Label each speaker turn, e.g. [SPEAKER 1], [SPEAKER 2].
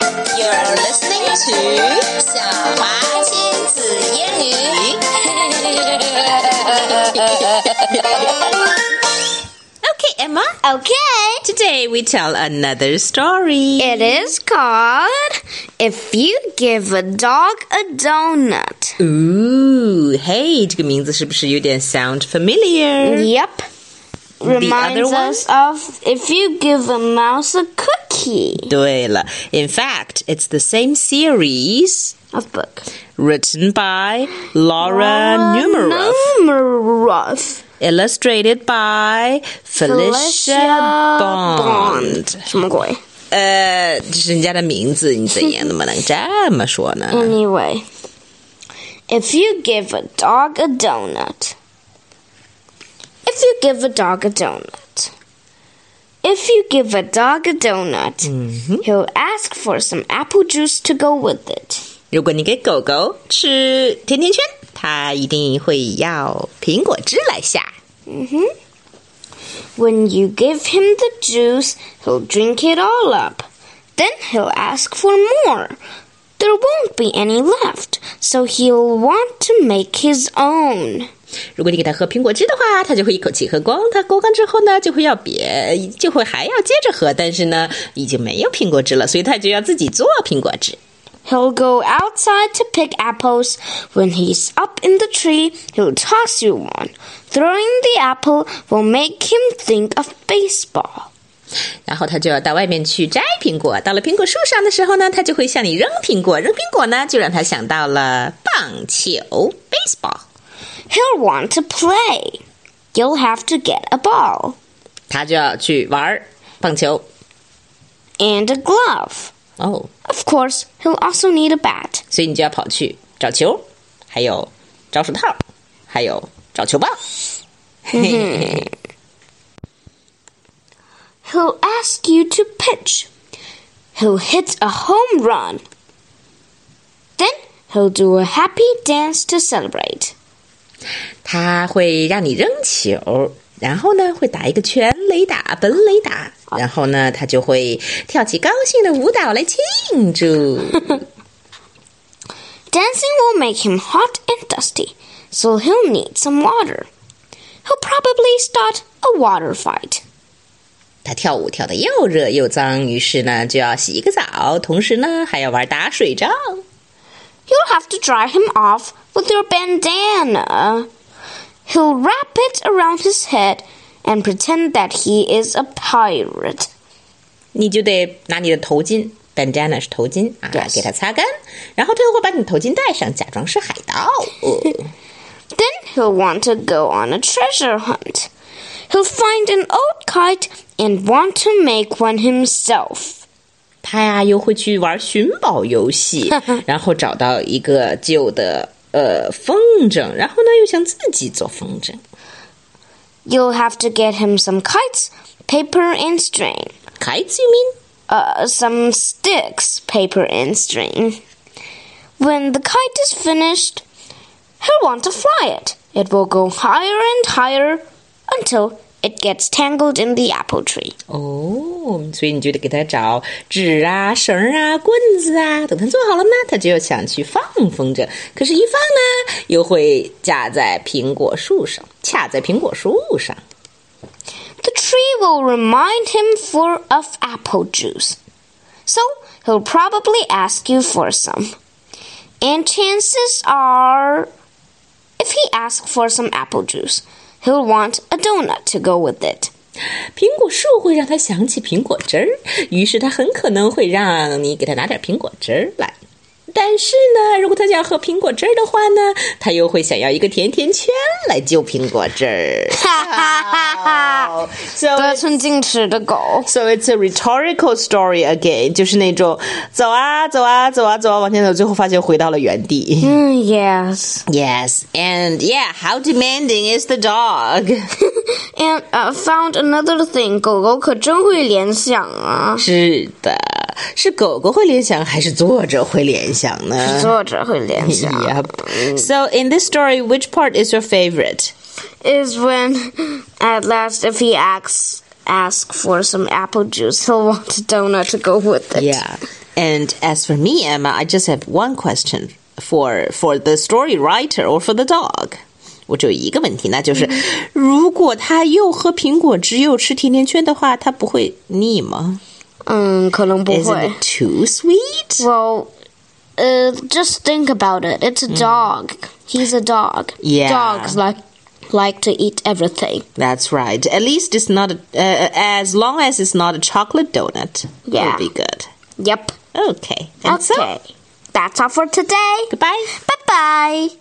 [SPEAKER 1] You're listening to 小华亲子英语。
[SPEAKER 2] Okay, Emma.
[SPEAKER 3] Okay.
[SPEAKER 2] Today we tell another story.
[SPEAKER 3] It is called If You Give a Dog a Donut.
[SPEAKER 2] Ooh, hey, 这个名字是不是有点 sound familiar?
[SPEAKER 3] Yep.
[SPEAKER 2] other
[SPEAKER 3] Reminds
[SPEAKER 2] one?
[SPEAKER 3] us of If You Give a Mouse a Cookie
[SPEAKER 2] 对了，In fact, it's the same series
[SPEAKER 3] of book.
[SPEAKER 2] written by Laura Numeroff,
[SPEAKER 3] Numeroff.
[SPEAKER 2] illustrated by Felicia, Bond.
[SPEAKER 3] 什么鬼？
[SPEAKER 2] 呃，这是人家的名字，你怎样能不能这么说呢？
[SPEAKER 3] Anyway, if you give a dog a donut, if you give a dog a donut, if you give a dog a donut, he'll ask for some apple juice to go with it.
[SPEAKER 2] 如果你给狗狗吃甜甜圈，它一定会要苹果汁来下。
[SPEAKER 3] Mm-hmm. When you give him the juice, he'll drink it all up. Then he'll ask for more. There won't be any left, so he'll want to make his own.
[SPEAKER 2] 如果你给它喝苹果汁的话，它就会一口气喝光。它喝光之后呢，就会要别，就会还要接着喝，但是呢，已经没有苹果汁了，所以它就要自己做苹果汁。
[SPEAKER 3] He'll go outside to pick apples. When he's up in the tree, he'll toss you one. Throwing the apple will make him think of baseball.
[SPEAKER 2] 然后它就要到外面去摘苹果。到了苹果树上的时候呢，它就会向你扔苹果。扔苹果呢，就让它想到了棒球 （baseball）。
[SPEAKER 3] He'll want to play. You'll have to get a ball
[SPEAKER 2] 它就要去玩儿棒球。
[SPEAKER 3] and a glove.
[SPEAKER 2] 哦，
[SPEAKER 3] Of course, he'll also need a bat.
[SPEAKER 2] 所以你就要跑去找球，还有找手套，还有找球棒。
[SPEAKER 3] He'll ask you to pitch. He'll hit a home run. Then he'll do a happy dance to celebrate.
[SPEAKER 2] 他会让你扔球，然后呢会打一个全垒打、本垒打，然后呢他就会跳起高兴的舞蹈来庆祝。
[SPEAKER 3] Dancing will make him hot and dusty, so he'll need some water. He'll probably start a water fight.
[SPEAKER 2] 他跳舞跳得又热又脏，于是呢就要洗一个澡，同时呢还要玩打水仗。
[SPEAKER 3] You'll have to dry him off with your bandana. He'll wrap it around his head and pretend that he is a pirate.
[SPEAKER 2] 你就得拿你的头巾，bandana 是头巾啊
[SPEAKER 3] Yes
[SPEAKER 2] 给它擦干，然后他又会把你的头巾戴上，假装是海盗。哦
[SPEAKER 3] Then he'll want to go on a treasure hunt. He'll find an old kite and want to make one himself.
[SPEAKER 2] 他呀又会去玩寻宝游戏，然后找到一个旧的呃风筝，然后呢又想自己做风筝。
[SPEAKER 3] You'll have to get him some kites, paper, and string.
[SPEAKER 2] Kites you mean？
[SPEAKER 3] uh, some sticks, paper, and string. When the kite is finished, he'll want to fly it. It will go higher and higher until it gets tangled in the apple tree.
[SPEAKER 2] 哦，所以你就得给他找纸啊、绳儿啊、棍子啊。等他做好了呢，他就想去放风筝，可是，一放呢，又会架在苹果树上，卡在苹果树上。
[SPEAKER 3] The tree will remind him for of apple juice. So he'll probably ask you for some. And chances are if he asks for some apple juice, he'll want a donut to go with it.
[SPEAKER 2] 苹果树会让他想起苹果汁儿，于是他很可能会让你给他拿点苹果汁儿来。但是呢，如果他想要喝苹果汁儿的话呢，他又会想要一个甜甜圈来救苹果汁儿。哦 so it's-
[SPEAKER 3] 得寸进尺的狗。
[SPEAKER 2] So it's a rhetorical story again，就是那种走啊走啊走啊走啊往前走，最后发现回到了原地。
[SPEAKER 3] Mm, yes.
[SPEAKER 2] Yes, and yeah, how demanding is the dog？
[SPEAKER 3] And uh, found another thing. 狗狗可真会联想啊，
[SPEAKER 2] 是的，是狗狗会联想，还是作者会联想呢？
[SPEAKER 3] 作者会联想。
[SPEAKER 2] Yep. So in this story, which part is your favorite?
[SPEAKER 3] Is when at last if he asks ask for some apple juice, he'll want a donut to go with it.
[SPEAKER 2] Yeah. And as for me, Emma, I just have one question for for the story writer or for the dog. 我只有一个问题，那就是，如果他又喝苹果汁又吃甜甜圈的话，他不会腻吗？Isn't
[SPEAKER 3] Mm, 嗯，可能不会。
[SPEAKER 2] it too sweet?
[SPEAKER 3] Well, uh, just think about it. It's a dog. He's a dog.
[SPEAKER 2] Mm. Yeah.
[SPEAKER 3] Dogs like like to eat everything.
[SPEAKER 2] That's right. At least it's not a, uh, as long as it's not a chocolate donut.
[SPEAKER 3] Yeah.
[SPEAKER 2] it'll be good.
[SPEAKER 3] Yep.
[SPEAKER 2] Okay. And So,
[SPEAKER 3] okay. That's all for today.
[SPEAKER 2] goodbye.
[SPEAKER 3] Bye bye.